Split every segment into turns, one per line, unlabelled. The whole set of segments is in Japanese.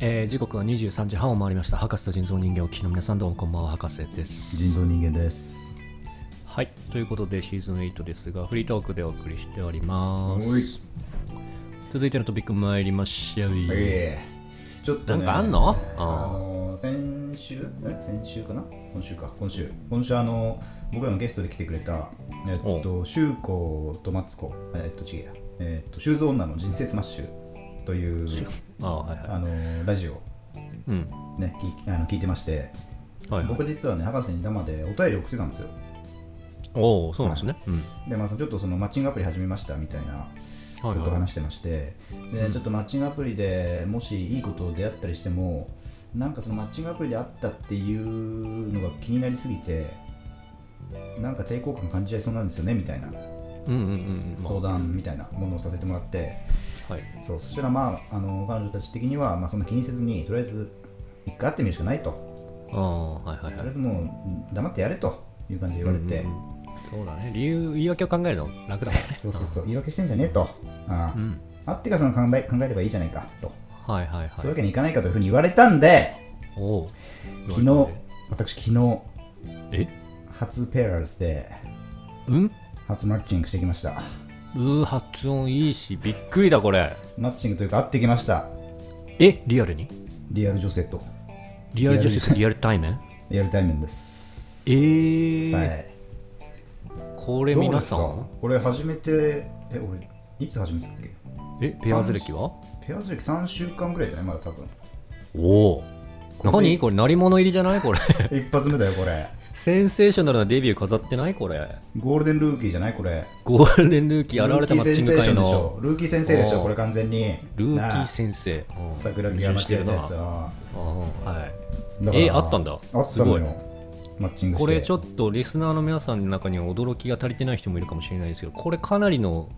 えー時刻は23時半を回りました博士と人造人形をお聞きの皆さんどうもこんばんは博士です
人造人間です
はいということでシーズン8ですがフリートークでお送りしております
はい
続いてのトピック参りましょう、
ええちょっと、ね、
なんかあんの
あの先週え先週かな今週か今週今週あの僕らのゲストで来てくれたえっと周子とマツコえっと違えやえっと修造女の人生スマッシュという
ああはいは
あのラジオ
いうん
ね聞あの聞いてまして、
はい、はい
僕、実はね博士に生でお便り送ってたんですよ
おおそうなんですね、うん
でまあそのちょっとそのマッチングアプリ始めましたみたいな
はい
ことを
はい
話してまして、でちょっとマッチングアプリでもしいいこと出会ったりしてもなんかそのマッチングアプリで会ったっていうのが気になりすぎてなんか抵抗感感じちゃいそうなんですよねみたいな
うんうんうんうん
相談みたいなものをさせてもらって
はい
そうそしたらまああの彼女たち的には、まあ、そんな気にせずにとりあえず一回会ってみるしかないと
ああはいはい
と
は
りあえ
い
ずもう黙ってやれという感じで言われて、
うんうんうんそうだね理由言い訳を考えるの楽だ からね
そうそうそう言い訳してんじゃねえとああ、
うん
会ってからその考え考えればいいじゃないかと
はいはいは
そういうわ
い
けにいかないかというふうに言われたんで
おお
昨日私昨日
え
初ペアラルスで
うん
初マッチングしてきました
うー発音いいしびっくりだこれ
マッチングというか会ってきました
えリアルに
リアル女性と
リアル
リアル
女性とリアル対面
リアル対面です
えー
はい
これ
どうで
皆
す
さ
か
ん
これ初めてえ俺いつ始めてたっけ
えペアーズ歴は
ペアーズ歴3週間ぐらいだねまだ 多分
おお
これで
何これ鳴り物入りじゃないこれ
一発目だよこれ
センセーショナルなデビュー飾ってないこれ
ゴールデンルーキーじゃないこれ
ゴールデンルーキー現れたマッチング
ルーキー
会
センセーションでし
の
ょルーキー先生でし
お
ょ
ー
これ完全に
ルーキー
生
先生うん
桜木
矛
山
盾して
し
る
てた
な
やつだ
うんはい
だから
えあったんだ
あったのよマッチングして
これちょっとリスナーの皆さんの中には驚きが足りてない人もいるかもしれないですけどこれかなりの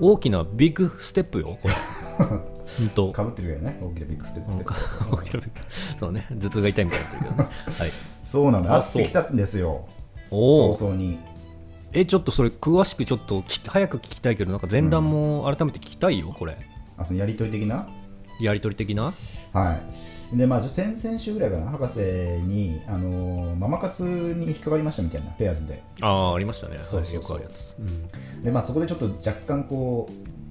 大きなビッグステップ よこれ本当
かぶってるよね大きなビッグスペッツ
う
で
んか そうね頭痛が痛いみたいになってるけどね、 はい、
そうなの
あ
会ってきたんですよ
おお
早々に
えちょっとそれ詳しくちょっと聞き早く聞きたいけどなんか前段も改めて聞きたいよこれ
あそのやり取り的な
やり取り的な
はいでまあ先々週ぐらいかな博士に、あのーママ活に引っかかりましたみたいなペアーズで
ああありましたね
そうそうそう
はいよくあるやつ、うん
でまあそこでちょっと若干こ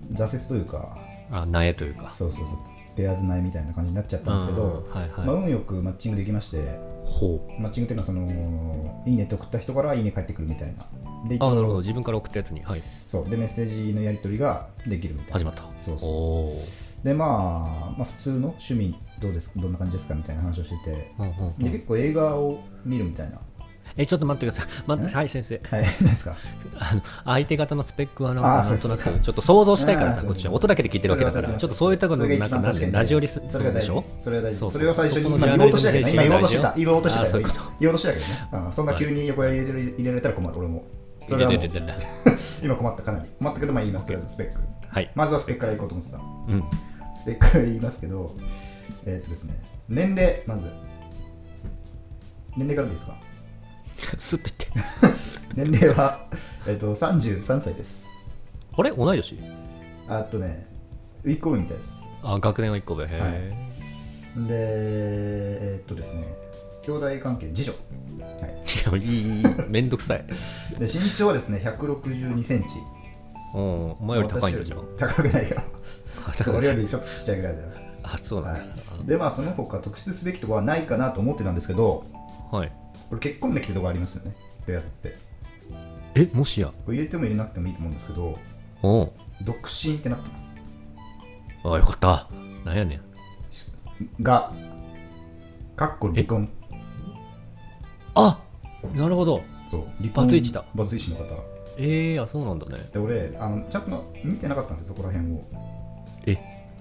う挫折というか
あ苗というか
そうそうそうペアーズ内みたいな感じになっちゃったんですけど
うん、はいはい
まあ、運よくマッチングできまして
ほう
マッチングっていうのはそのいいねって送った人からいいね返ってくるみたいなで一
あなるほど
応
自分から送ったやつに、はい、
そうでメッセージのやり取りができるみたいな
始まった
そうそうそう
おお
でまあ、まあ普通の趣味どうですどんな感じですかみたいな話をしてて
うんうんうん
で結構映画を見るみたいな
えちょっと待ってください 待ってはい先生
はい何ですか
あの相手方のスペックはなんか
あー
なんとな
そうで
く
す
ちょっと想像したいから
あー
さ
そう
こっ
です
ちは音だけで聞いてるわけだからちょっとそういうところ
それ
なん
が一
か
番
なん
確か
で
に
ラ
大
ジ
事
オリス
それが
で
大
し
事
ょ
それが大
そ
事
う
それを最初に
そこの
今言おうとしたけどね
ジャ
今
ー
言
ナ
おう
リ
と
ズ
し
ム
てた
編集
今言おうとして
あー
た
そうい
よ
うこと
言おうとしてたけどねあーそんな
はい
急に横やり入れ入れられたら困る俺もそれはも
で
う
でででで
今困ったかなり困ったけどまあ言いますとりあえずスペック
はい
まずはスペックからいこうと思ってた
うん
スペック言いますけど、えーっとですね、年齢、まず。年齢からでいいですか
スッと言って
年齢は、 えーっと、33歳です。
あれ同い年
あとね、1個上みたいです。
あ学年は1個上へえ、、
で、えーっとですね、兄弟関係、次女。はい
やいいいいめんどくさ い
い、で身長はですね、162センチ。
うんお前より高いんだじゃん
私より高くないよ。
あ高い
俺よりちょっとちっちゃいぐらいだよ。
あそうなん
は
だ
い、で、まあ、その他特筆すべきところはないかなと思ってたんですけど、
はい
これ結婚できるところありますよね、ベアズって。
えもしや
これ入れても入れなくてもいいと思うんですけど
うん
独身ってなってます
あよかったなんやねん
がかっこ離婚
あなるほど
そう離婚
バツイチだ
バツイチの方
えー、あそうなんだね
で俺あのちゃんと見てなかったんですよそこら辺を
え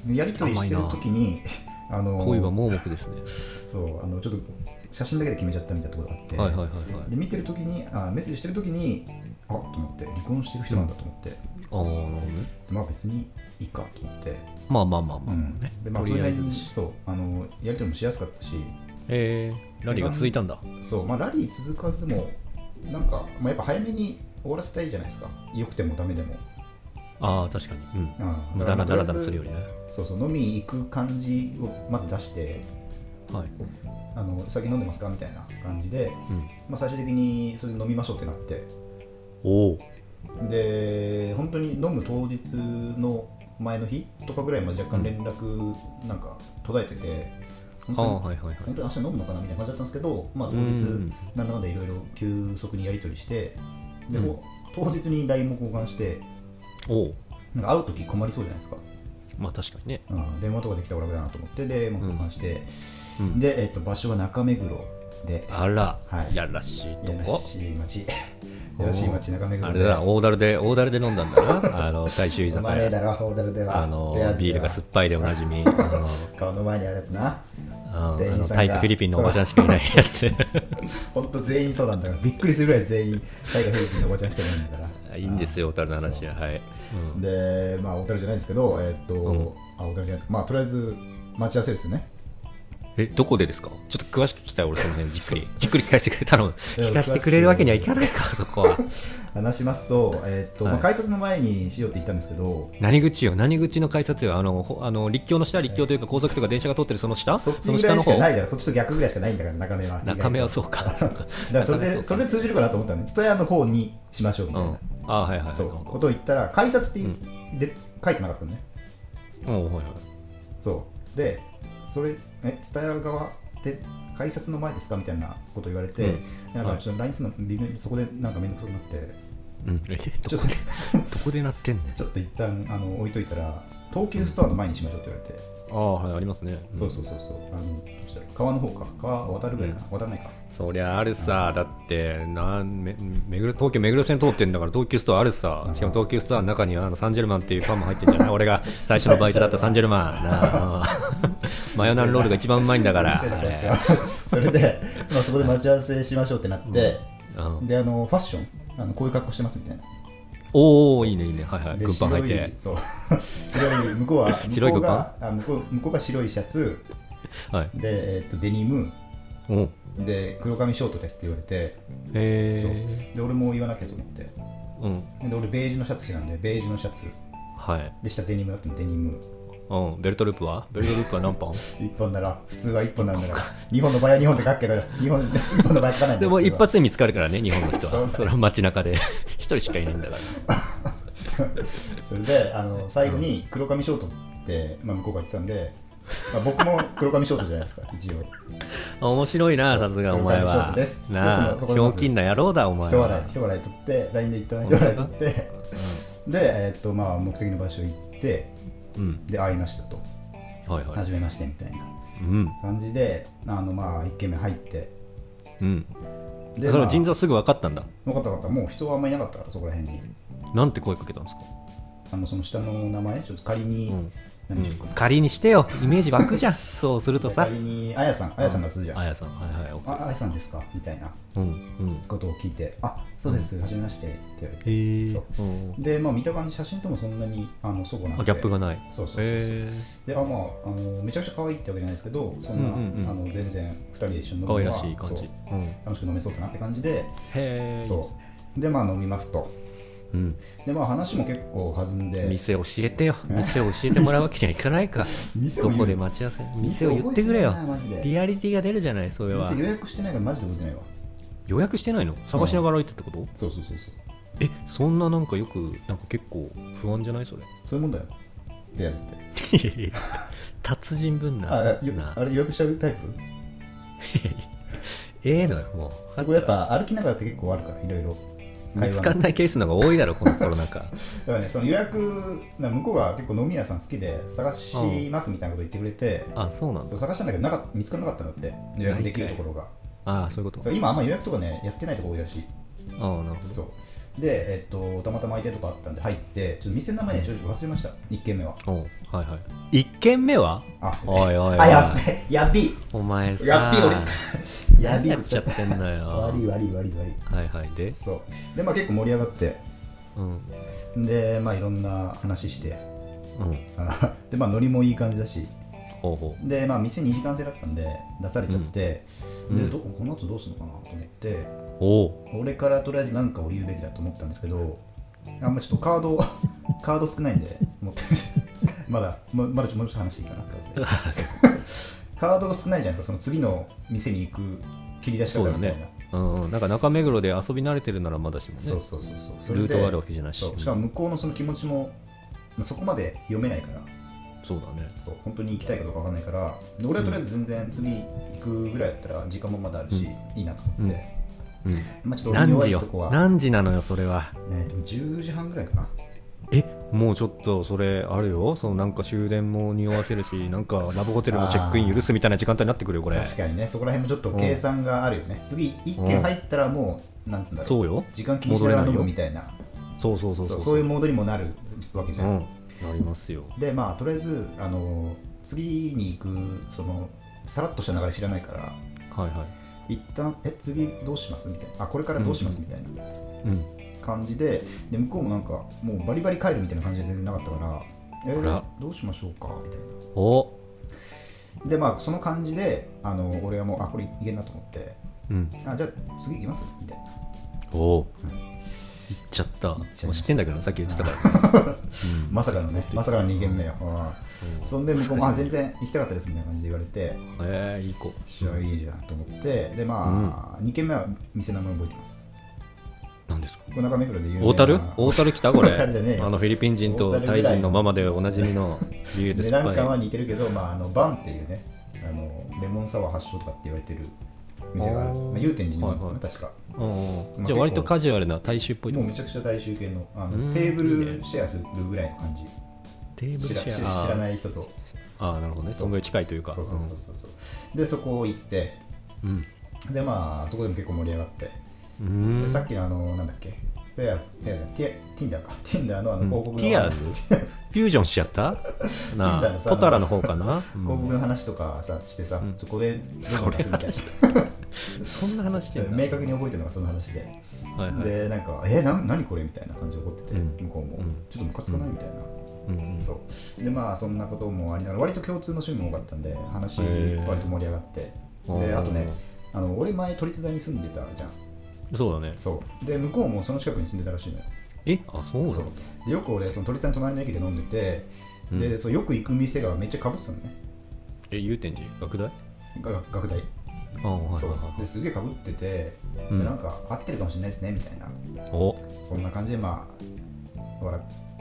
やり取りしてる時に あの
恋は盲目ですね
そうあのちょっと写真だけで決めちゃったみたいなところがあって、
はいはいはいはい
で見てる時にあメッセージしてる時にあっと思って離婚してる人なんだと思って、で
ああなるほどね
まあ別にいいかと思って、
まあまあまあ
う
まあ、
ん
ね
でまあ
と
それ
りあえ
なり
ずだ
に
し
そうあのやり取りもしやすかったし
えー、ラリーが続いたんだ
そう、まあ、ラリー続かずも、なんか、まあ、やっぱ早めに終わらせたいじゃないですか、良くてもダメでも。
あああ確かに、うん
あー
無駄なダラダ
とりあえ
ラ
ず
するよりね
そうそう飲みに行く感じをまず出して
はい、
あの酒飲んでますかみたいな感じで、
うん、
まあ、最終的にそれで飲みましょうってなって
おお
で本当に飲む当日の前の日とかぐらいまで若干連絡なんか途絶えてて、
ああ
本当に
はいはいはい
本当に明日飲むのかなみたいな感じだったんですけど、まあ、当
うん
日なんだかんだいろいろ急速にやり取りしてで、
うん
もう当日に LINE も交換して
おお
なんか会う時困りそうじゃないですか、
まあ確かにね
うん、電話とかできた方が楽だなと思ってで、まあ、
うん
交換して、
うん
で、えっと、場所は中目黒で
あら、
はい
やらしいと
やら
こ
しい町やらしい町中目
あ
黒
れ
で
だ大樽で大樽で飲んだんだ なあの大衆居
飲
酒
まねえ
屋
だろホーダルでは
あの
ベアーズで
ビー
は
ルが酸っぱいでおなじみあの
顔の前にあるやつな
あ
店
のあ
員
の
さんが
タイとフィリピンのおばちゃんしか いないやつ
ほんと全員そうなんだからびっくりするぐらい全員タイガーフィリピンのおばちゃんしかいないん だから
いいんです
よ
よ大樽の話ははい、うん
でまあ小樽じゃないですけどえーっと、
ん
あ小樽じゃないですかまあとりあえず待ち合わせですよね
えどこでですかちょっと詳しく聞きたい俺その辺じっくりじっくり聞かせてくれたの
や
聞かせてくれるわけにはいかないかそこは
話しますと,、えーっとま
は
あ、
い
改札の前にしようって言ったんですけど、
何口よ何口の改札よあのほあの立教の下立教というか高速とか電車が通ってるその下
そっち
の
ぐら
下
い
の
しか
方
ないだろそっちと逆ぐらいしかないんだから中目は
中目は
意
そうかそうか
外とだからそれでそれで通じるかなと思ったんで蔦屋の方にしましょうみ
う
たいな、
んあはいはい
そ
なる
う
ほ
こ
ど
とを言ったら改札っていう
う
で書いてなかったのね
うんはいはい
そうでそれえ伝える側って改札の前ですかみたいなこと言われて、
うん
なん
は
か
い
ちょっと LINE するの微妙にそこでなんか面倒くさくなって
うんえ
ち
ど
ょっ
ことでどこでなってんねん
ちょっと一旦あの置いといたら東急ストアの前にしましょうって言われて、
ああはいありますねん
そうそうそうそうあのどうしたら川の方か川渡るぐらいかな、渡らないか
そりゃあるさだってなんめ目黒東京目黒線通ってんだから東急ストアあるさしかも東急ストアの中にはあのサンジェルマンっていうパンも入ってんじゃない 俺が最初のバイトだったサンジェル マンなあ マヨナンロールが一番うまいんだから
うるせえな
あ
こいつ
れ
は それで、まあ、そこで待ち合わせしましょうってなって、
うん
であのファッションあのこういう格好してますみたいな
おおいいねいいねはいはい
で
軍パン履いて
白いそう 白い向こうは
白い
向こうがあ向こう向こうが白いシャツ
はい
で、えっとデニム
おへ
で黒髪ショートですって言われて、そう
え
で俺も言わなきゃと思って
うん
で俺ベージュのシャツ着てたんでベージュのシャツ
はい
で下デニムだったのデニム
うんベルトループはベルトループは何 本
1本なら普通は1本なんだから日本の場合は2本で書くけど日本一本の場合は書かないんだ
で
よ
も
普
一
通は
発で見つかるからね日本の人
そうだ
は
ね
それは街中で 一人しかいないんだから
それであの最後に黒髪ショートって、まあ、向こうが言ってたんで、まあ、僕も黒髪ショートじゃないですか一応
面白いな、
そう
さすがお前
これからショー
は
トです。で
な
そ
あ、
の
ひ
そこで
ょ
ま
う
ず
きんな野郎だ、お前
一笑。
はい
一笑い取って LINE で一旦一笑い取ってで、えっとまあ、目的の場所行って
うん、
で会いましたと
はいはい
初。めましてみたいな
うん、
感じであのまあ1軒目入って
うん。
で、
そ
ま
の
あ、
腎
分
臓すぐ分かったんだ。
かった分かったもう人はあんまりいなかったからそこら辺に
なんて声かけたんですか
あのその下の名前ちょっと仮に、
うんう
何でしょうんか、
仮にしてよ、イメージ湧く じゃん。そうするとさ
仮。にあやさんあやさんがするじゃん、
あやさん、はいはい、OK
ああやさんですかみたいな
うん、うん。
ことを聞いてあそうです初めましてって言われて、
へ
そう
うん
でまあ見た感じ写真ともそんなにあのそこなく
あギ
て
ャップがない。
そうそうそうそう、
へ
であまああのめちゃくちゃ可愛いってわけじゃないですけどそんな、
うんうんうん
あの全然2人で一緒に
え、
飲
可
む
愛
の
ら
は
しい感
そ
じ
う。
うん
楽しく飲めそうかなって感じで、
へえ。
そうでまあ飲みますと
うん。
でまあ話も結構弾んで
店教えてよ。店教えてもらうわけにはいかないか。
店を
ど
言う
こで待ち合わせ。店を言ってくれよ
店覚えてない。なマジで
リアリティが出るじゃない、それは
店。予約してないからマジで覚えてないわ
予約してないの探しながら行ってってこと
そうそうそうそう
えそんななんかよくなんか結構不安じゃないそれ
そういうもんだよペアーズって
達人ぶんな
ああよ
な
あれ予約しちゃうタイプ
ええのよもう
そこやっぱ歩きながらって結構あるからいろいろ
見
会
つ
話
かん
の
ないケースの方が多いだろこのコロナ 禍
だからねその予約な向こうが結構飲み屋さん好きで探しますみたいなこと言ってくれて、
あそうなんだ
そう探したんだけどなかっ見つからなかったんだって予約できるところが
ああそういうこと
そう今あんま予約とかねやってないとこ多いらしい
ああなるほど
そうで、えっと、たまたま空いてるとかあったんで入ってちょっと店の名前ね正直忘れました1軒目は
おうはいはい一軒目は
あ
おいおいおい
あやっべやび
お前さ
やっび俺や
何
び
や
こ
っ
ち
ち
ゃ
ゃ
っ
ってん だ
た
よ
悪い悪い悪い悪
はいはいで
いそうでまあ結構盛り上がって
うん
でまあいろんな話して
うん
あでまあノリもいい感じだし
ほうほ
でまあ店2時間制だったんで出されちゃって、
うんう
で
ん
どこの後どうするのかなと思って
うおう
俺からとりあえず何かを言うべきだと思ったんですけどあんまちょっとカードを カード少ないんで、持って るまだ、ままだちょもうちょっと話いいか な、カード少ないじゃないですか、その次の店に行く切り出し
そ
方
う
み
だ
たいな。
ね。うん、なんか中目黒で遊び慣れてるならまだしもね
そうそうそうそうそれ
ルー
で
トがあるわけじゃないし
そうしかも向こうのその気持ちもまあそこまで読めないから
そうだね
そう本当に行きたいかどうか分かんないからで俺はとりあえず全然次行くぐらいだったら時間もまだあるし、いいなと思って、
うん
まあちょっと俺に
何
弱
時
い
よ
とこは、
何時なのよそれは
えー、と10時半ぐらいかな
えもうちょっとそれあるよそのなんか終電も匂わせる しなんかラブホテルのチェックイン許すみたいな時間帯になってくるよこれ
確かにねそこら辺もちょっと計算があるよね、次1軒入ったらもう、なんつうんだろう
そうよ
時間気にしながら飲
戻れな
む
いよ
みたいな
そうそうそう
そ
そうう
そういうモードにもなるわけじ
う
ゃん、
んなりますよ
でまあとりあえずあの次に行くそのさらっとした流れ知らないから
はいは
一旦え次どうしますみたいなあこれからどうしますみたいない
うん
感じでで向こうもなんかもうバリバリ帰るみたいな感じで全然なかったからえー
あら
どうしましょうかみたいな
お
でまあその感じであの俺はもうあこれいけんなと思って
うん
あじゃあ次行きますみたいな
お行っちゃった
行っちゃい
も
ました
う知ってんだけどさっき言ってたから
まさかのねまさかの2軒目よあーそんで向こ うもあ全然行きたかったですみたいな感じで言われて
えー、いい子
じゃあいいじゃんと思ってでまあ、二2軒目は店の名前覚えてます
何ですか
これ中目黒で有名な
大樽大樽来たこれ
大樽じゃねえよ
あのフィリピン人とタイ人のママでおなじみのビールで
値
酸っ
段感
ぱ
はい似てるけど、まあ、あのバンっていうねあのレモンサワー発祥とかって言われてる店があるんです、
あー
まあ、祐天寺にもあるの
は
か
い
な
は
確か
うんう
ま
ん
あ
じゃあ割とカジュアルな大衆っぽいと
もう
こ
めちゃくちゃ大衆系のあ
うん
のテーブルシェアするぐらいの感じ
テーブルシ
知ら知
ェ
ら知ら
ア
ない人と
あーあーなるほどねそんぐらい近いというか
そうそうそうそうそうでそこ行って
うん
でまあそこでも結構盛り上がって
う
で
ん
さっきのあのなんだっけフェアズフェアズティティンダーかティンダーのあの広告の、
ティアーズフュージョンしちゃったな
ティンダーの
あ
さ
ポタラの方かな、うん
広告の話とかさしてさ、
うん
そこでどんどん出すみたいな
そんな話してんだ
明確に覚えてるのがその話で、
はいはい
でなんか「えな何これ?」みたいな感じで怒ってて、
うん
向こうも、
うん
ちょっとムカつかない?」みたいな、
うんうん
そうでまあそんなこともありながら割と共通の趣味も多かったんで話
へー
割と盛り上がって
お
で
ー
あとねあの俺前都立大に住んでたじゃん
そうだね
そうで向こうもその近くに住んでたらしいのよ
えあそうなの
そうでよく俺その都立大の隣の駅で飲んでて、
うん
でそうよく行く店がめっちゃかぶってたのね
え祐天寺学大
が学大
あはい
そう
は
ですげえかぶってて、
うん
でなんか合ってるかもしれないですねみたいない
はいお
そんな感じでまあ笑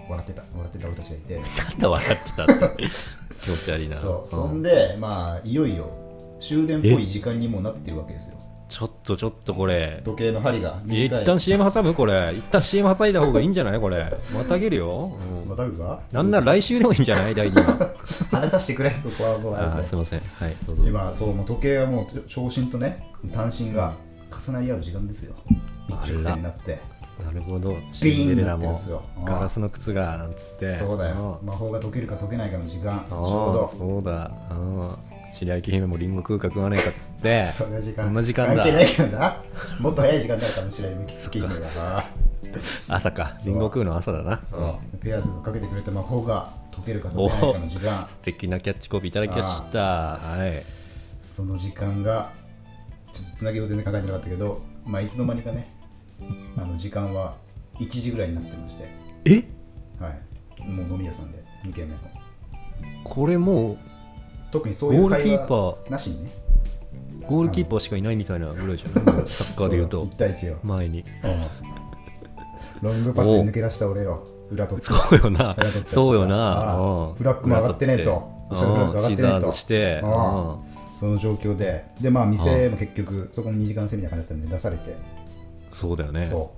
笑ってた笑ってた俺たちがいて
なんだ笑ってたって気持ち悪いな
そうそ
うん
んでまあいよいよ終電っぽい時間にもうなってるわけですよ
ちょっとちょっとこれ
時計の針が
一
短い
旦 CM 挟むこれ一旦 CM 挟いだ方がいいんじゃないこれまたげるよ、うん
またぐか
なんなら来週でもいいんじゃない第2話
話させ てくれここはもう
あ
あ
ー
れ
すいませんはいどうぞ
で今そうもう時計はもう長針とね短針が重なり合う時間ですよ一直線になって
なるほど
ビ
シン
ー
デ
ン
レ
にな
ラ
ってるん
も
ですよあー
ガラスの靴がなんつって
そうだよ
ん
魔法が解けるか解けないかの時間ち
あ
ょ
ー
う
そうだうん白雪姫もリンゴ食うか食わないかっつって
どそんな時間
そんな時間だ
関係ないけどなもっと早い時間になるかもしれない好きなのが
朝かリンゴ食うの朝だな
そうペアーズがかけてくれた魔法が解けるか解けないかの時間
素敵なキャッチコピーいただきましたはい
その時間がちょっとつなぎを全然考えてなかったけど、まあ、いつの間にかねあの時間は1時ぐらいになってまして、
え
はい、もう飲み屋さんで2軒目の
これも
特にそういう会
ゴールキー
話
パ
なしにね
うゴールキーパーしかいないみたいなぐらいじゃない もうサッカーで言うと
1対1よ、
前に
うんロングパスで抜け出した俺よ裏取って
そうよな
裏取って
そうよ
あ
な
ー
うん
フラッグも上がってねえと
うん
それフラッグ上がってねえ
シ
と
ザーズして
あー
うん
その状況ででまあ店も結局そこも2時間制みたいな感じだったんで出されて
そうだよね
そ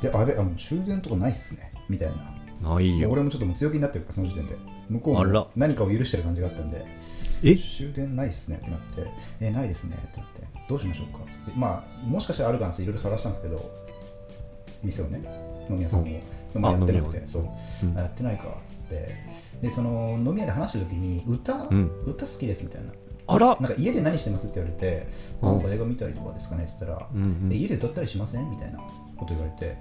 うであれあもう終電とかないっすねみたいな
ない
もう
よ
俺もちょっともう強気になってるからその時点で向こ
あ
う
ら
も何かを許してる感じがあったんで
え
終電ないっすねってなってえないですねってなってどうしましょうかってまあもしかしたらあるかなっていろいろ探したんですけど店をね飲み屋さんも、飲み屋やってなく
あ飲み
てそう、
うん
あやってないかってでその飲み屋で話してる時に歌、
ん
歌好きですみたいな
あら
なんか家で何してますって言われて、
うん
なんか映画見たりとかですかねって言ったら、
うんうん
で家で歌ったりしませんみたいなこと言われて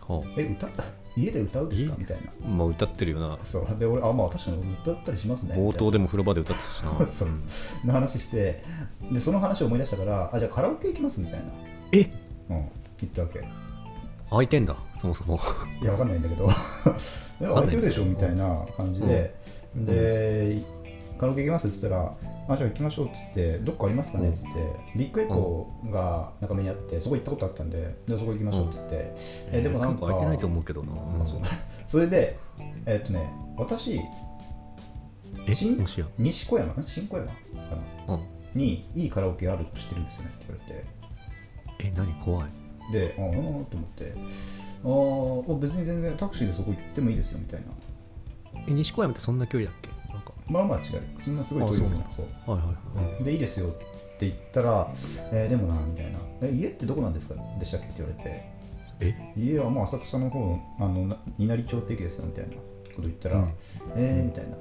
は
え歌 家で歌うですか
え
みたいな
あまあ歌ってるよな
そうで俺あまあ確かに歌ったりしますね
冒頭
み
でも風呂場で歌ってたした
いな
な
そうの話してでその話を思い出したからあじゃあカラオケ行きますみたいな、
え
うん、言ったわけ
開いてんだそもそも
いやわかんないんだけど いや開いてるでしょみたいな感じで、で、カラオケ行きますっつったらあじゃあ行きましょうっつってどっかありますかねっつって、ビッグエコーが中目にあってそこ行ったことあったんででそこ行きましょうっつって、えでもなんか
開いてないと思うけどな、うん
あそうそれでえっとね私
え
新
もしや、
西小山ん新小山かな
うん、
にいいカラオケあると知ってるんですよねって言われて
え何怖い
で、ああ、と思って、ああ、別に全然タクシーでそこ行ってもいいですよみたいな。
え西小山ってそんな距離だっけなんか
まあまあ違う、そんなすごい遠いわけない。
あ
そう
はいはい、うん
で、いいですよって言ったら、えーでもな、みたいな。え、家ってどこなんですかでしたっけって言われて、
え
家はまあ浅草の方、あの、な稲荷町って駅ですよみたいなこと言ったら、
うん
えー、みたいな。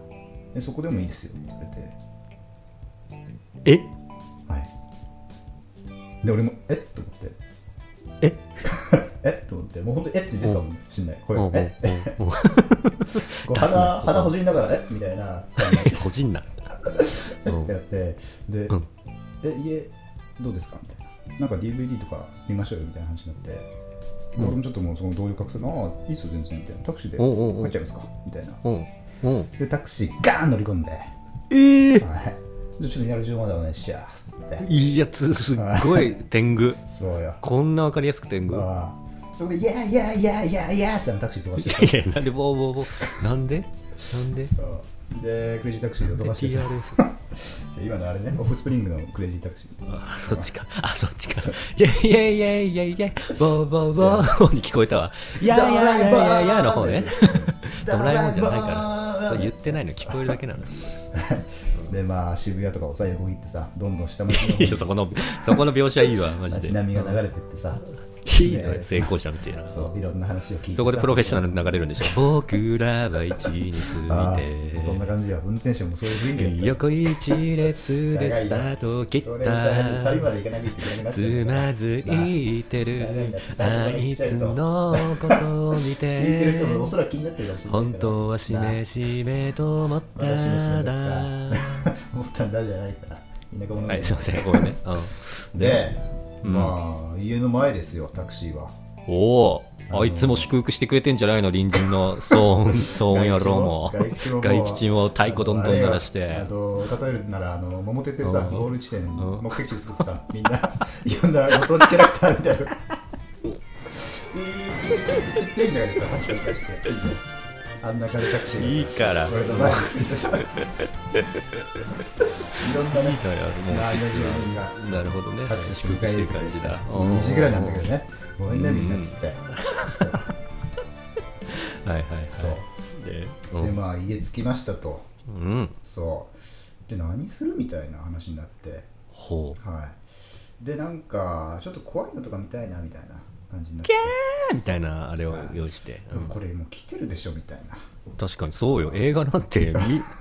え、そこでもいいですよって言われて、
え
はい。で、俺も、えっと思って、
え
えっと思って、もう本当にえって出てたかもしんない。これ、
うんうん
え
うんうん
こう
出すね
鼻、鼻ほじりながら、えみたいな。
個人なう
ってや
ん
って、で、
うん
え、家どうですかみたいな。なんか DVD とか見ましょうよみたいな話になって、で
うん
俺もちょっともうその動揺隠すのああ、いいっすよ、全然みたいな。タクシーで
おうおうおう
帰っちゃいますかみたいな。
うんうん
で、タクシーガーン乗り込んで、はい。
ええ
じゃあちょっとやる情までお願いしやすっつって。
いいやつすっごい天狗
そうよ。
こんなわかりやすく天狗
ああそこで、いやいやいやいやいやっつってタクシー飛ばして
いやいやなんでボーボーボーなんでなんで
そう。で、クレイジータクシーを飛ばしてさ
TRF
今のあれね、オフスプリングのクレイジータクシー。
あそっちかあそっちかいやいやいやいやいやボーボーボー に聞こえたわいやいやいやいやいやの方 ねドラえもんじゃないからそう言ってないの聞こえるだけな の
でまあ渋谷とかをさ横切ってさどんどん下町
いやそこのそこの描写いいわマ
の
ジ
街
で
並みが流れてってさ
いいの成功者みたいな
そういろんな話を聞いて
そこでプロフェッショ
ル
ナル流れるんでしょ僕らは一日見
そんな感じや運転手もそういう雰囲気だった
横一列でスタートを切っ
それ歌い始めサビま
た
で行かなきゃいけなくなっちゃ
つ
うから
まずいてるあいつのことを見
聞いてる人もお
て
そらく気になってるかもしれない
本当はしめ
し
しめと思った
私しめしめだ
だ
った思ったんだじゃないから田舎者
は
だよ
いすいませんごめんねうん
で
うん
まあ家の前ですよタクシーは
おおあいつも祝福してくれてんじゃないの隣人の騒音騒音野郎も
外吉も
外吉も太鼓どんどん鳴らし
あ
て
のあの例えるならあの桃鉄で
う
さ
ん
ゴール地点
うん
目的地作ってさみんないろんなご当地キャラクターみたいなティーティーティーティーティーティーみたいなやつさパチパチパチしてあんな感じでタクシーがさ
いいから
俺の前に着いてさいろんなね
だよもう
周りの住民が
なるほどね
タクシー祝福してる感じだ
うん
2時ぐらいなんだけどねごめんねみんなっつってそう
はいはいはい
そう
で
でまあ家着きましたと
うんうん
そうで何するみたいな話になって
ほう
はいでなんかちょっと怖いのとか見たいなみたいな感じになって
えーみたいなあれを用意して
で
う
も
ん
これもう来てるでしょみたいな
確かにそうよ映画なんて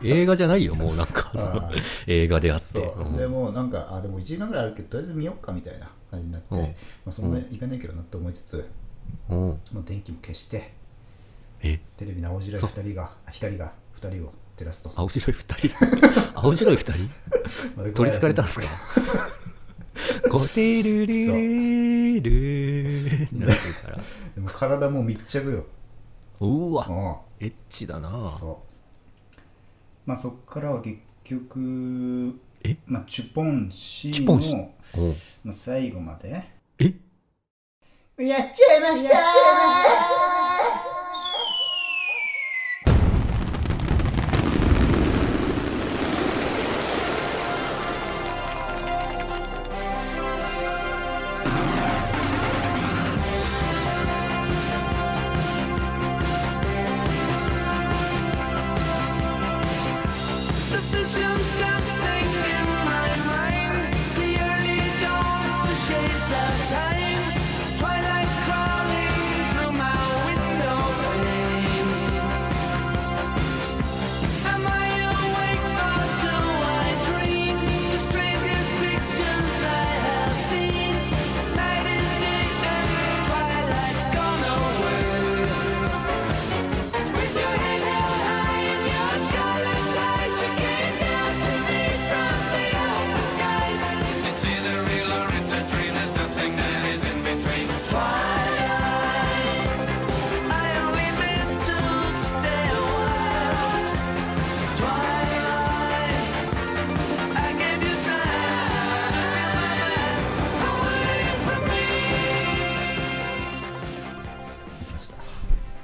み映画じゃないよもうなんかその
ああ
映画であっ
そ
て
うで
うん
もうなんかあでも1時間ぐらいあるけどとりあえず見よっかみたいな感じになって
うん
まあそんなにいかないけどなと思いつつ
うん
もう電気も消して
え
テレビの青白い
そう
2人があ光が2人を照らすと
青白い二 人青白い二人
まあで
取りつかれたんですかゴテルルルルってなってるから
でも体もう密着よ
うわ
もう
エッチだな
そうまあそこからは結局
え
まあ、チュポン氏
チュポン氏
の、
おう
まあ、最後までやっ
え
ちゃいました
Shades of time, twilight crawling through my window.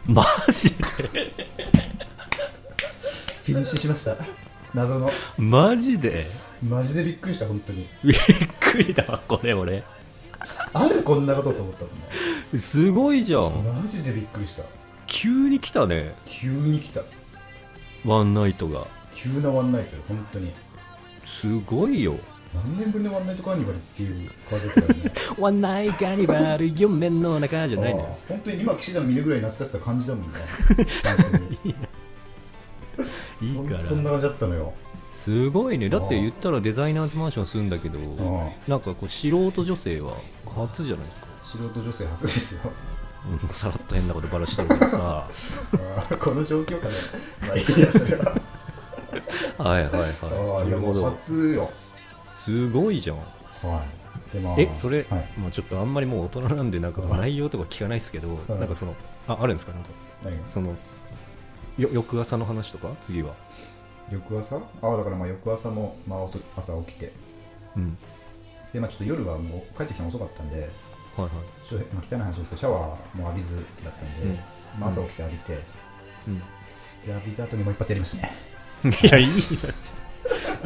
マジで
フィニッシュしました謎の
マジで
マジでびっくりした本当に
びっくりだわこれ俺
あるこんなことと思ったもんね
すごいじゃん
マジでびっくりした
急に来たね
急に来た
ワンナイトが
急なワンナイトよ本当に
すごいよ
何年ぶりのワンナイトカーニバルっていう感じだったからね
ワンナイトカニバル夢の中 じゃないの
ああ
よ
本当に今岸田の見るぐらい懐かしさ感じた もんね本
いい
当
か
にそん
ら
な感じだったのよ
すごいねだって
ああ
言ったらデザイナーズマンション住んだけど
あ
なんかこう素人女性は初じゃないですか
素人女性初ですよ
うんさらっと変なことばらしたけど さ
ああこの状況下でまあいいやそれは
はいはい
あ
は
あ
い
い
な
や
る
も
ほ
う
ど
初よ
すごいじゃん
はいでまあ
えそれ、
はい
まあ、ちょっとあんまりもう大人なんでなんかその内容とか聞かないですけど、
はい
なんかそのああるんですかなんか
何が
そのよ翌朝の話とか次は、
翌朝ああだからまあ翌朝も、まあ、遅朝起きて
うん、
でまあちょっと夜はもう帰ってきたの遅かったんで
はいはい
ちょっとまあ汚い話ですけどシャワーも浴びずだったんで、
うん
まあ、朝起きて浴びて、
うん
で浴びた後にもう一発やりましたね
いや、いいな。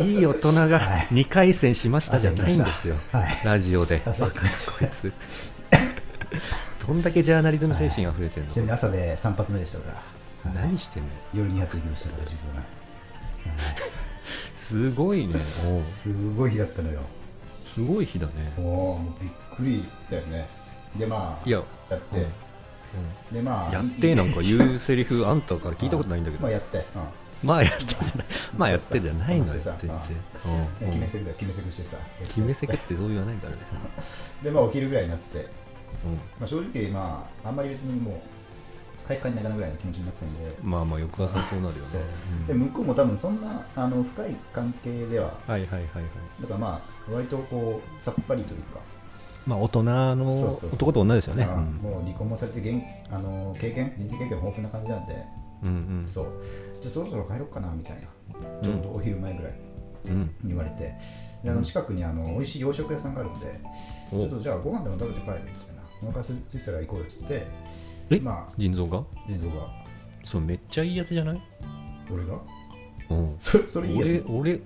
いい大人が
はい
2回戦しましたじゃないんですよ。
はい
ラジオで。
朝起きました
こいつどんだけジャーナリズム精神あふれてん
ちなみ
の、
に朝で3発目でしたから、はい
何してんの
夜2発いきましたから自分は、
すごいね。おう
すごい日だったのよ
すごい日だね。
もうもうびっくりだよねでまあ
いや
やって、
うん
でまあ
やってなんか言うセリフあんたから聞いたことないんだけど
まあ、やって、うん、
まあやってじゃ ないまあやってじゃないのよ
さ
全然うん
決
うん
めセグだ決めセグしてさ
決めせけってそう言わないからねさ
でまあお昼ぐらいになって、
う
まあ、正直まああんまり別にもう早く帰んないかなぐらいの気持ちになってたんで、
んまあまあ翌朝そうなるよね
そう
うん
で向こうも多分そんなあの深い関係では
はいはいはいはい
だからまあ割とこうさっぱりというか
まあ大人の
そうそうそう
男と女ですよね
あー
うん
もう離婚もされて現あの経験人生経験も豊富な感じなんで、
うん
そうじゃあそろそろ帰ろうかなみたいなちょうどお昼前ぐらい
うんうん
に言われて、であの近くにあの美味しい洋食屋さんがあるんで、
お
ちょっとじゃあご飯でも食べて帰るみたいなお腹すいてたら行こうよっつって
え、
まあ
腎臓が
腎臓が
そうめっちゃいいやつじゃない、
俺が
うん、
それそれいいや
俺俺、うん、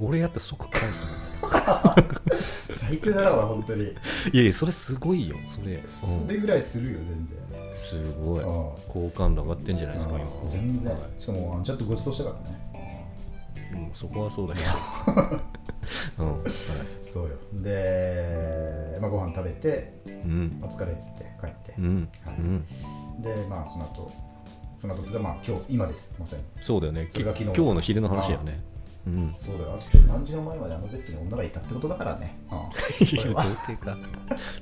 俺やったら即返すもん ね
つ最低だなわ本当に
いやいやそれすごいよそれ、
それぐらいするよ全然
うん、すごい
あ
好感度上がってんじゃないですか今
あ全然しかもあのちゃんとごちそうしたからね
うんそこはそうだけ どうん、はい
そうよで、まあ、ご飯食べて
うん
お疲れっつって帰って
う、ん
はい
うん、
でまあその後その後っていうかまあ今日今ですまさに
そうだよね
それが昨日
き今日の昼の話だよねうん
そうだよあとちょっと何時の前まであのベッドに女がいたってことだからね ああ
いや
これ
童
は
貞か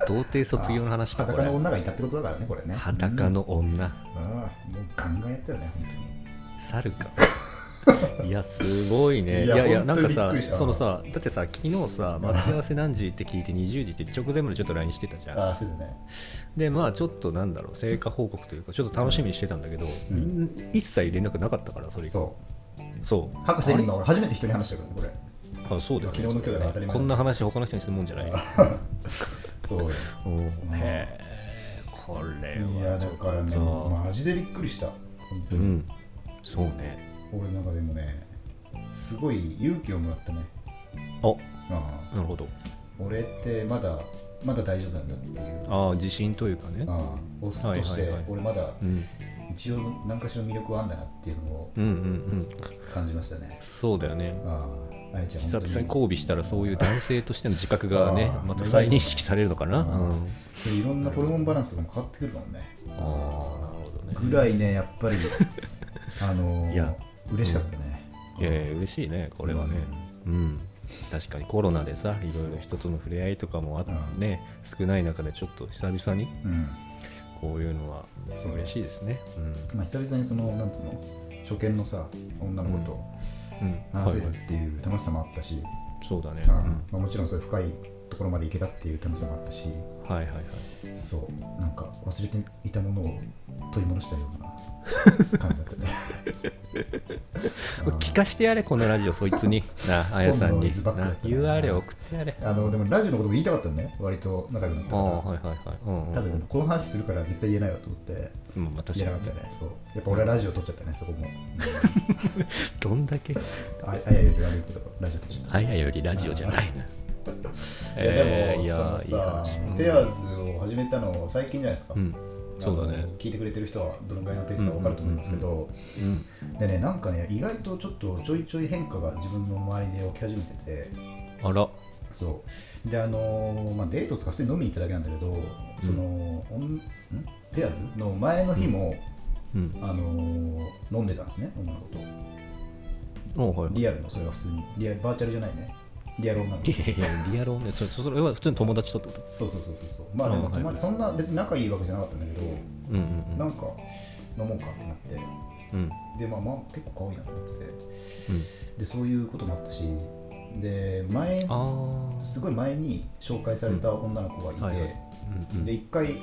童貞卒業の話
あ
か
あ
こ
裸の
れ
女がいたってことだからねこれね
裸の女
うんああもうガンガンやったよね本当に
猿か いやすごいねい
い
や
や
いやな
本
ん
当
か
に
さ
びっくりした
そのさだってさ昨日さ待ち合わせ何時って聞いて20時って直前までちょっと LINE してたじゃん
ああしてたね
でまあちょっとなんだろう成果報告というかちょっと楽しみにしてたんだけど、
うん
ん一切連絡なかったからそれ以降
そ
そう
う博士に今俺初めて人に話したからねこれ
あそうだよ、ね、
昨日の今日だから当たり前
こんな話他の人にするもんじゃない
そうよ
おう
うん
へえこれはい
やだからね
ちょっと
マジでびっくりした本当
う
に、
んそうね
俺の中でもねすごい勇気をもらったね
あ
ああ
なるほど
俺ってまだまだ大丈夫なんだっていう
ああ自信というかね
ああオスとし
はい
て
はいはい
俺まだ
うん
一応何かしらの魅力はあんだなっていうのを
うんうんうん
感じましたね
そうだよね
あああやちゃん
久
本
々に
当に
交尾したらそういう男性としての自覚がね
あー
また再認識されるのかな、
ああ
うん
それいろんなホルモンバランスとかも変わってくるかもね
ああなるほどね
ぐらいねやっぱりあの
いや
嬉しかったね、
いやいや嬉しいねこれはねうん、確かにコロナでさいろいろ人との触れ合いとかもあってね、少ない中でちょっと久々に
うん
こういうのは
そう
嬉しいですね
まあ、久々にそのなんつうの初見のさ女の子と
うん、うん
話せ
はい
るっ
はい
ていう楽しさもあったし、
そうだね、
ああまあ、もちろんそういう深いところまで行けたっていう楽しさもあったし
うんはいはいはい
そうなんか忘れていたものを取り戻したような感じ だったね。
聞かしてやれこのラジオそいつ になあやさん
今度
に
いつばっかだ
な
ったな
URL 送ってやれ
あのでもラジオのことも言いたかったのね、割と仲良くなった
ああ
か
はいはいはいうんうん
ら。ただでもこの話するから絶対言えないわと思って
うんまあ確
言え
か
なかっ
に
たよね。そうやっぱ俺はラジオ撮っちゃったね、そこも。
どんだけ
ああやより悪いけど、ラジオ撮っちゃった。
あやよりラジオじゃないな
いやでも、
いやい
そ
い
のさ
話うん
ペアーズを始めたの最近じゃないですか。
うんそうだ
あ
ね
の聞いてくれてる人はどのぐらいのペースか分かると思うんですけど、
うん
でねなんかね意外とちょっとちょいちょい変化が自分の周りで起き始めてて
あら
そうであのーまあ、デートとか普通に飲みに行っただけなんだけどその、オンんペアーズの前の日も、
うん
あのー飲んでたんですね女の子と
おうはいはい
リアルのそれは普通にリアルバーチャルじゃないねリアル女の
い
子
やいやリアルねそれそれは普通に友達とってこと
そうそうそうそうそうまあでも、
うんはいはい
まあそんな別に仲いいわけじゃなかったんだけど、
うん
なんか飲もうかってなって
うんうん
でまあまあ結構可愛いなと思っててでそういうこともあったしで前
うんああ
すごい前に紹介された女の子がいて、
はいはいうんうん
で一回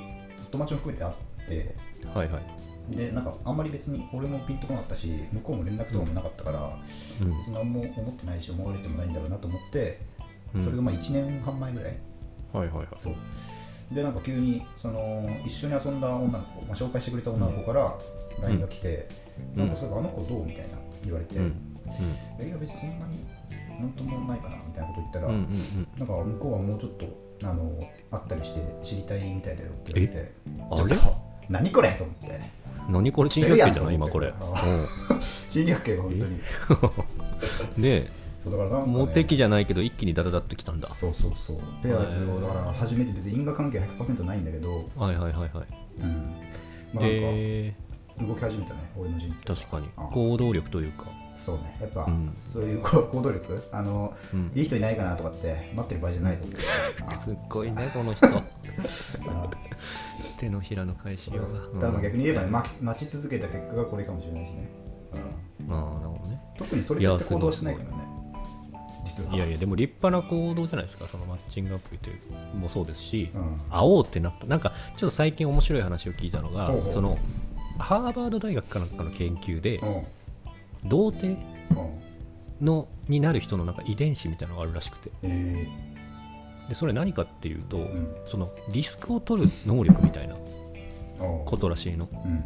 友達も含めて会って
はいはい
でなんかあんまり別に俺もピンとこなかったし向こうも連絡とかもなかったから、
うん
別に何も思ってないし思われてもないんだろうなと思って
うん
それがまあ1年半前ぐらい、
はいはいはい
そうでなんか急にその一緒に遊んだ女の子、まあ、紹介してくれた女の子から LINE が来て、
うん
なんかそういえばあの子どうみたいな言われて、
うん
いや別にそんなになんともないかなみたいなこと言ったら、
うんうんうん
なんか向こうはもうちょっとあの会ったりして知りたいみたいだよって言われて
え
ちょっと
あ
何これと思って
うん何これ珍百景じゃない今これ
出るやんと思珍百景が本当に
うん ねえ
そうだからなんか、ね、
モテ期じゃないけど一気にダダダっときたんだ
そうそうそうペアーズをだから初めて別に因果関係は100%ないんだけど、
はいはいはいはい
うんまあ、なん
え
か動き始めたね俺の人生
ー、確かに
あ
行動力というか
そうねやっぱ、
うん
そういうこう行動力あの、
うん
いい人いないかなとかって待ってる場合じゃな いと思って
すっごいねこの人
ああ
手のひらの返し
だ
ようが
からまあ逆に言えばね、
うん
ま待ち続けた結果がこれかもしれないしね、うん
ああなるほどね
特にそれといった行動はしてないからね実はい
やいやでも立派な行動じゃないですかそのマッチングアプリというもそうですし、
うん
会おうってなったなんかちょっと最近面白い話を聞いたのが
ほうほう
そのハーバード大学かなんかの研究で
うん
童貞
うん
のになる人のなんか遺伝子みたいなのがあるらしくて
え
でそれ何かっていうと、
ん
そのリスクを取る能力みたいな
ーおう
ことらしいの
うん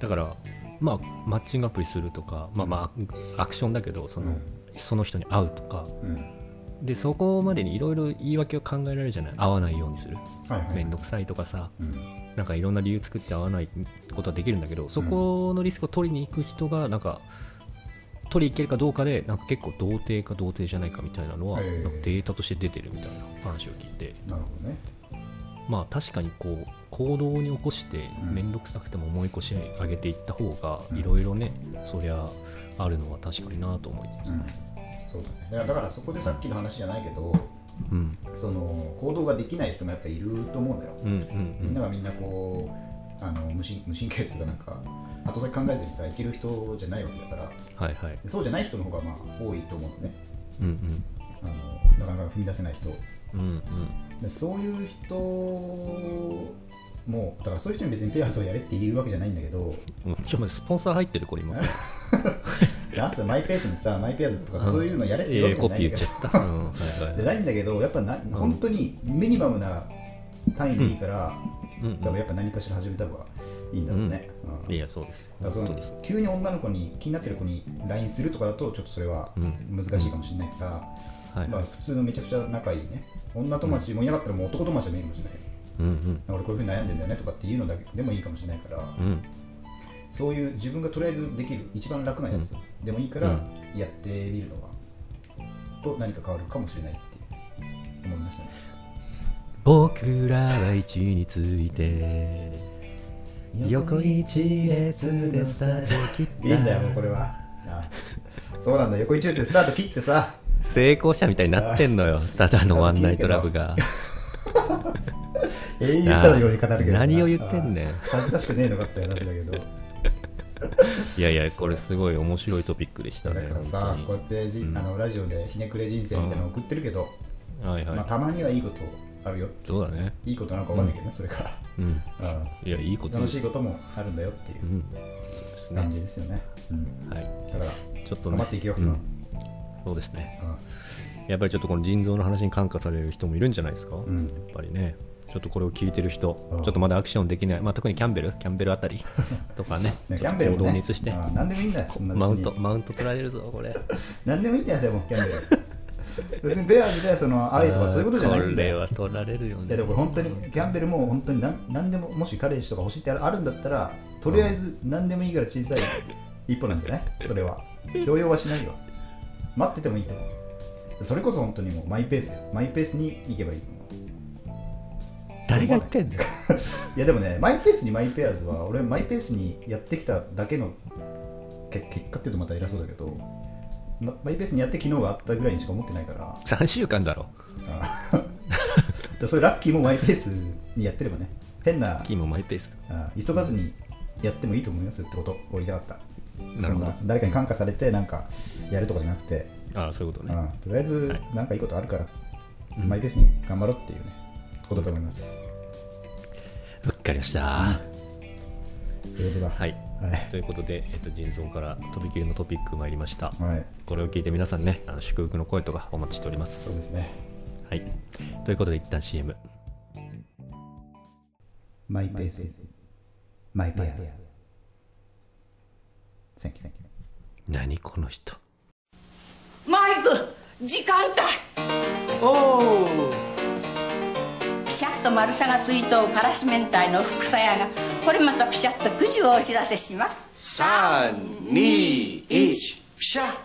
だからまあマッチングアプリするとかまあまあアクションだけどその,、
うん
その人に会うとか
うん
でそこまでにいろいろ言い訳を考えられるじゃない会わないようにする
はいはい
面倒くさいとかさ
うん
なんかいろんな理由作って会わないことはできるんだけどそこのリスクを取りに行く人がなんか取りに行けるかどうかでなんか結構童貞か童貞じゃないかみたいなのは
へ
なん
え
かデータとして出てるみたいな話を聞いて
なるほどね
まあ確かにこう行動に起こして
うん
面倒くさくても思い越し上げていった方が
うん
いろいろねそりゃあるのは確かになと思いつつ
うんそうだねだからだからそこでさっきの話じゃないけど
うん
その行動ができない人もやっぱいると思うんだよ、
うんうん
みん
う
なんがみんなこうあの無神無神経というかなんか後先考えずにさいける人じゃないわけだから
はいはい
そうじゃない人の方がまあ多いと思うのね
うん
あのなかなか踏み出せない人
うんうんうん
でそういう人もだからそういう人に別にペアーズをやれって言うわけじゃないんだけど
うんちょっと待ってスポンサー入ってるこれ今
なんつうのマイペースにさマイペアーズとか
うん
そういうのやれって
え
言うわ
え
けじゃ
コピー言っちゃ
ないんだけど
ったうんはいはい
じゃないんだけどやっぱな本当にミニマムな単位でいいから、
うんうん
多分やっぱ何かしら始めた方がいいんだろうね、うん
いや、そうですよ。
だからそ
本当
の
です。
急に女の子に気になってる子に LINE するとかだとちょっとそれは
うん
難しいかもしれないから、
はい。
まあ、普通のめちゃくちゃ仲いいね女友達もいなかったらもう男友達でもいいかもしれないよ
うんうん。
俺こういうふうに悩んでんだよねとかっていうのだけでもいいかもしれないから、
うん。
そういう自分がとりあえずできる一番楽なやつでもいいからやってみるのは、と何か変わるかもしれないって思いましたね
僕らは位置について、横一列でスタート切った。
いいんだよもうこれはあそうなんだ横一列でスタート切ってさ
成功者みたいになってんの よ。ただのワンナイトラブが。
永遠かのように語るけどな
何を言ってんねん
あ恥ずかしくねえのかって話だけ ど
いやいや、これすごい面白いトピックでした
だ
ね。
からさ
本
こうやってじ、
うん
あのラジオでひねくれ人生みたいなの送ってるけど、
当にはい
まあ、
は
たまにはいいことをあるよ
そうだね
いいことなのか分かんないけどね、それが、
うん
う
いやいいこ
ん、
とで
楽し
す
いこともあるんだよってい
うんです
う感
ね
じですよね、うん、
はい
だから
ちょっとね
頑張っていけよ、
う
うん
んそうですね
うん
やっぱりちょっとこの腎臓の話に感化される人もいるんじゃないですか、
う
や
ん
っぱりねちょっとこれを聞いてる人ち
う
ょ
ん
っとまだアクションできない、まあ、特にキャンベルキャンベルあた りとかね
ね
ち
キ
ょ
ャ
っと
ンベル
行
も、
動に
ね、
移して、
あー何でもいいんだよ、そんな別
マウン
に
ト。マウント取られるぞこれ
何でもいいんだよ、でも、キャンベル。別にベアーズで その愛とかそういうことじゃないんだ
これ
よ。
は取られるよね
いやでもこれ本当にギャンベルも本当に何何でももし彼氏とか欲しいってあるんだったらとりあえず何でもいいから小さい一歩なんじゃないそれは強要はしないよ待っててもいいと思うそれこそ本当にもうマイペースだよマイペースに行けばいいと思う
誰が言ってんだよ
いやでもねマイペースにマイペアーズは俺マイペースにやってきただけのけ結果っていうとまた偉そうだけどまマイペースにやって昨日があったぐらいにしか思ってないから
3週間だろ
あー だからそういうラッキーもマイペースにやってればね変な
キーもマイペース
あー急がずにやってもいいと思いますよってことを言いたかった
な
そ
る
ん
ほど
な誰かに感化されてなんかやるとかじゃなくて、
ああそういうこと
う
ね
んとりあえず
はい
なんかいいことあるか
う
ら、
ん
マイペースに頑張ろうっていうねことだと思います
うっかりました
そういうことだ
はい
はい、
ということで、えっと、腎臓からとびきりのトピック参りました
はい、
これを聞いて皆さんねあの祝福の声とかお待ちしておりま
そう
す
ですね
はいということで一旦 CM
マイペースマイペース Thank you, thank you.
何この人
マイク時間だ
おお
ピシャッと丸さがついとうからし明太のふくさやがこれまたピシャッとくじをお知らせします
321ピシャ